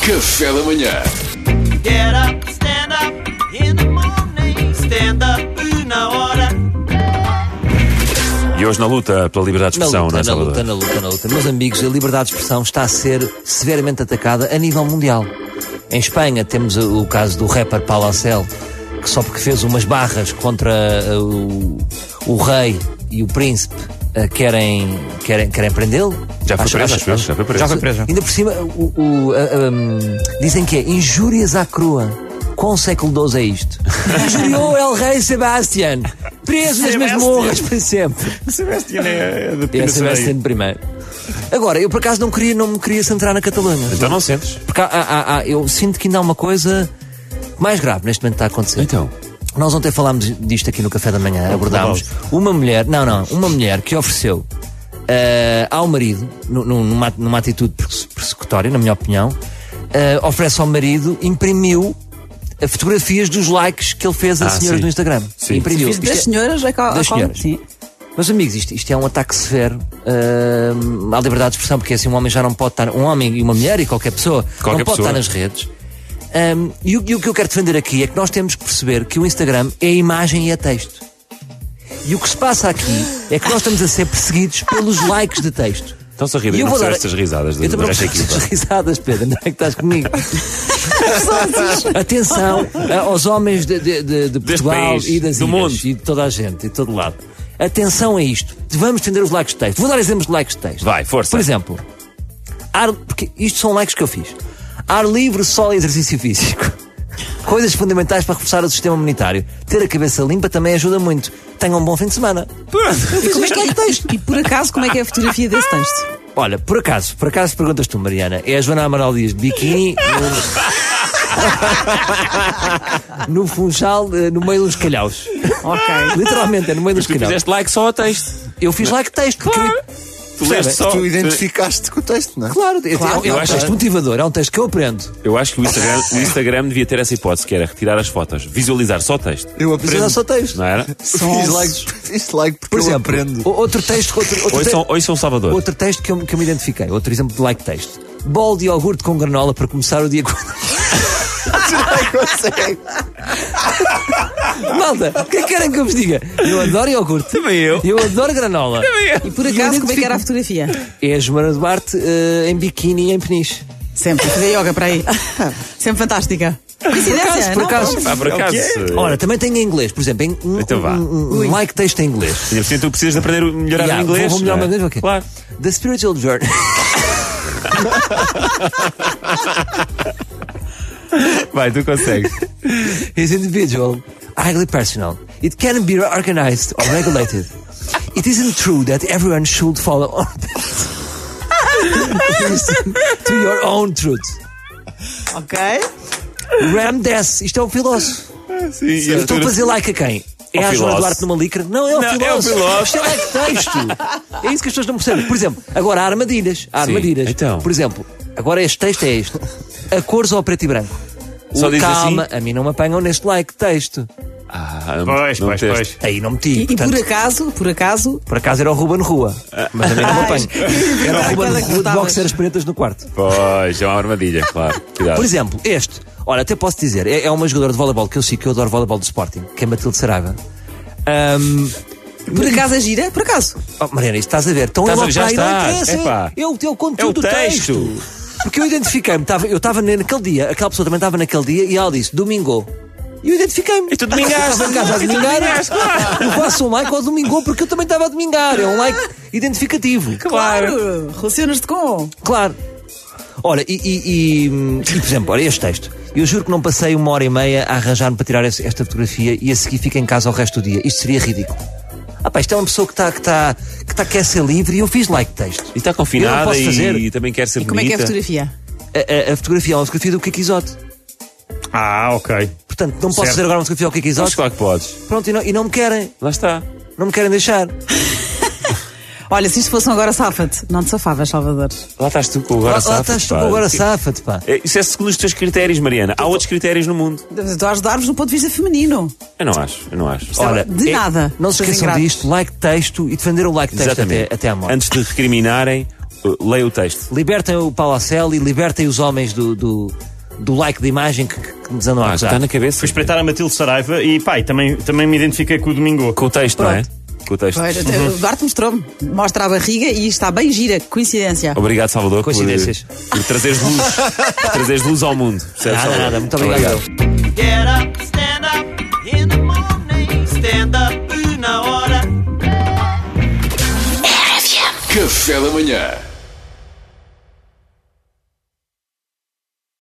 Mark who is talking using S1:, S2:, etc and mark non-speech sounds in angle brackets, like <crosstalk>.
S1: Café da manhã.
S2: Get up, stand up in the morning. Stand up na hora.
S3: E hoje na luta pela liberdade de
S4: Na
S3: expressão, não
S4: luta,
S3: é,
S4: na
S3: Salvador?
S4: luta, na luta, na luta. Meus amigos, a liberdade de expressão está a ser severamente atacada a nível mundial. Em Espanha temos o o caso do rapper Palacel, que só porque fez umas barras contra eh, o, o rei e o príncipe eh, querem, querem, querem prendê-lo.
S3: Já foi
S4: Acho-
S3: preso,
S4: acho-
S3: acho eu, já foi preso.
S5: Já foi preso.
S4: Ainda por cima, o- o- a- a- hum, dizem que é injúrias à crua. Qual século XII é
S3: <laughs>
S4: isto? Injuriou El Rei Sebastian, preso nas
S5: Sebastian.
S4: masmorras para sempre.
S5: Sebastião é, é de
S4: É
S5: Pina Sereia.
S4: Sebastian primeiro. Agora, eu por acaso não queria, não me queria centrar na Catalunha.
S3: Então não sentes?
S4: Porque há- há- há- eu sinto que ainda há uma coisa mais grave neste momento que está a acontecer.
S3: Então.
S4: Nós ontem falámos disto aqui no café da manhã, abordámos uma mulher, não, não, uma mulher que ofereceu eh, ao marido, nu- nu- numa, numa atitude perse- persecutória, na minha opinião, eh, oferece ao marido, imprimiu eh, fotografias dos likes que ele fez a
S3: Ah,
S4: senhoras
S3: sim.
S4: no Instagram.
S3: Sim.
S4: Imprimiu.
S6: Fiz
S4: Isto
S6: das
S4: é-
S6: senhoras a qual,
S4: das
S6: a qual-
S4: senhoras.
S6: Sim.
S4: meus amigos, isto, isto é um ataque severo hum, à liberdade de expressão, porque assim um homem já não pode estar, um homem e uma mulher e qualquer pessoa,
S3: Qualquer
S4: não pode
S3: pessoa.
S4: estar nas redes. Hum, e, o, e o que eu quero defender aqui é que nós temos que perceber que o Instagram é imagem e é texto. E o que se passa aqui é que nós estamos a ser perseguidos pelos likes de texto.
S3: Estão-se a rir, eu
S4: E eu
S3: não
S4: vou
S3: percebo
S4: dar-
S3: estas risadas
S4: Eu
S3: de-
S4: também não
S3: desta
S4: percebo
S3: equipa.
S4: estas risadas, Pedro. Não é que
S3: <laughs>
S4: estás comigo? Atenção eh, aos homens de, de- de- de
S3: Deste
S4: Portugal
S3: país,
S4: e das
S3: do
S4: ilhas
S3: mundo.
S4: e de toda a gente e de todo lado. Atenção a isto. Vamos defender os likes de texto. Vou dar exemplos de likes de texto.
S3: Vai, força.
S4: Por exemplo, ar, porque isto são likes que eu fiz. Ar livre, sol e exercício físico. <laughs> Coisas fundamentais para reforçar o sistema imunitário. Ter a cabeça limpa também ajuda muito. Tenham um bom fim de semana.
S6: E, como é que é, texto? e por acaso, como é que é a fotografia desse texto?
S4: Olha, por acaso, por acaso perguntas tu, Mariana, é a Joana Amaral Dias de biquíni no, no Funchal, eh, no meio dos calhaus.
S6: Ok.
S4: Literalmente, é no meio dos
S3: Tu
S4: calhaus.
S3: fizeste like só ao texto.
S4: Eu fiz like texto, porque eu-
S3: Tu leste só.
S7: Tu identificaste com o texto, não é?
S4: claro, é- é,
S3: eu
S4: um
S3: acho-
S4: texto motivador, é um texto que eu aprendo.
S3: Eu acho que o Instagram, o Instagram devia ter essa hipótese, que era retirar as fotos, visualizar só o texto.
S7: Eu
S4: Mas eu
S7: aprendo.
S4: não sou texto.
S3: Não é? era?
S7: Fiz like, fiz like porque
S4: Por
S7: eu
S4: exemplo,
S7: aprendo.
S4: o- outro texto, outro, outro
S3: Ou
S4: te-
S3: são, ou são Salvador.
S4: outro texto que eu, que eu me identifiquei, outro exemplo de like texto. Bol de iogurte com granola para começar o dia com. <laughs> Malta, o que é que querem que eu vos diga? Eu adoro iogurte. Também eu. Eu adoro granola. Também eu.
S6: E por acaso, como é que era a fotografia?
S4: É a Joana Duarte eh, em biquíni e em peniche.
S6: Sempre, a fazer yoga para aí. Sempre fantástica. Coincidência,
S4: por
S6: não?
S4: acaso.
S3: Pá, Ah, por acaso. eh,
S4: Ora, também tem em inglês, por exemplo, em um,
S3: Então vá.
S4: um- um- um like texto em inglês.
S3: Ainda por cima, tu precisas de aprender a melhorar
S4: Yeah,
S3: o inglês.
S4: vou- vou melhorar
S3: não é?
S4: o meu inglês, ok.
S3: Claro.
S4: The Spiritual Journey. <laughs>
S3: Vai, tu consegues.
S4: is individual, highly personal. It can be organized or regulated. It isn't true that everyone should follow <laughs> on Listen to your own truth.
S6: Ok.
S4: Ram Dass, isto é um filósofo.
S3: Sim, e
S4: Eu
S3: a
S4: estou a
S3: altura-
S4: fazer like a quem? É
S3: Ao
S4: a Joana
S3: filósofo.
S4: Duarte numa licra? Não, é um
S3: Não, é um
S4: filósofo.
S3: filósofo.
S4: Isto é like texto. É isso que as pessoas não percebem. Por exemplo, agora há armadilhas. Há
S3: Sim,
S4: armadilhas.
S3: então.
S4: Por exemplo, agora este texto é este. A cores ou a preto e branco?
S3: Só
S4: O
S3: diz assim?
S4: calma, a mim não me apanham neste like texto.
S3: Ah,
S5: Pois,
S3: não
S5: pois,
S3: teste.
S5: pois.
S4: Aí não meti.
S6: E, e
S4: portanto,
S6: por acaso, por acaso,
S4: Por acaso era o Ruben Rua.
S3: Ah.
S4: Mas também não me
S6: <laughs>
S4: apanho. Era o
S6: Ah, Ai, é
S4: Ruben
S6: cada
S4: Rua de
S6: cortadas.
S4: boxeiras pretas no quarto.
S3: Pois, é uma armadilha, claro. Cuidado.
S4: Por exemplo, este. Olha, até posso dizer, é, é uma jogadora de voleibol que eu sei que eu adoro voleibol do Sporting, que é Matilde Saraiva. Ahm,
S6: por acaso é gira? Por acaso?
S4: oh, Mariana, isto estás a ver? Estão
S3: Estás a
S4: logo
S3: ver, já
S4: para aí,
S3: estás.
S4: não interessa.
S3: Epá.
S4: É o teu conteúdo
S3: É o
S4: do
S3: texto.
S4: Porque eu identifiquei-me, estava- eu estava naquele dia, aquela pessoa também estava naquele dia, e ela disse, domingo. E eu identifiquei-me.
S3: E tu domingaste.
S4: Eu estava em casa a
S3: E tu
S4: domingar.
S3: domingaste,
S4: Eu faço um like ao domingo porque eu também estava a domingar. É um like identificativo.
S6: Claro. Relacionas-te com.
S4: Claro. Ora, e, e- e, hum, e, por exemplo, olha este texto. Eu juro que não passei uma hora e meia a arranjar-me para tirar esse- esta fotografia e a seguir fico em casa o resto do dia. Isto seria ridículo. Ah, pá, isto é uma pessoa que está que tá, que tá, quer ser livre e eu fiz like texto.
S3: E está
S4: Eu não
S3: confinada
S4: posso fazer.
S3: e, também quer ser
S6: E como é que é a
S3: bonita.
S6: fotografia?
S4: A, a- a fotografia é uma fotografia do Kiki Isote.
S5: Ah, ok.
S4: Portanto, não posso
S5: Certo.
S4: fazer agora uma fotografia ao Kiki
S3: Mas
S4: Isote.
S3: claro é que podes.
S4: Pronto, e não, e não me querem.
S3: Lá está.
S4: Não me querem deixar.
S6: Olha, se isto fosse um agora safa-te, não te safavas, Salvador.
S3: Lá estás tu com o agora
S4: Lá- lá
S3: safa-te,
S4: estás tu
S3: pá.
S4: tá, com agora
S3: Que-
S4: safa-te, pá.
S3: É, Isso é segundo os teus critérios, Mariana. Há outros critérios no mundo.
S6: Estou a ajudar-vos do ponto de vista feminino.
S3: Eu não acho, eu não acho.
S4: Ora,
S6: de
S4: é-
S6: nada.
S4: Não se
S6: Coisa
S4: esqueçam
S6: ingrata.
S4: disto, like texto e defender o like texto até, até à morte.
S3: Antes de recriminarem Uh, Leia o texto.
S4: Libertem o Palacel e libertem os homens do, do, do like de imagem que, que nos andam a
S3: Ah,
S4: acusar.
S3: está na cabeça.
S5: Fui espreitar a Matilde Saraiva e, pá, e também, também me identifiquei com o Domingo.
S3: Com o texto, não é? Com o texto.
S6: Pois,
S4: Uhum.
S6: até O Duarte mostrou-me. Mostra a barriga e está bem gira. Coincidência.
S3: Obrigado, Salvador, por,
S4: Coincidências.
S3: por trazeres
S4: <laughs>
S3: luz. por trazeres luz ao mundo. Percebes,
S4: Nada,
S3: Salvador?
S4: nada, muito obrigado.
S2: Get up, stand up in the morning. Stand up una hora.
S1: Café da Manhã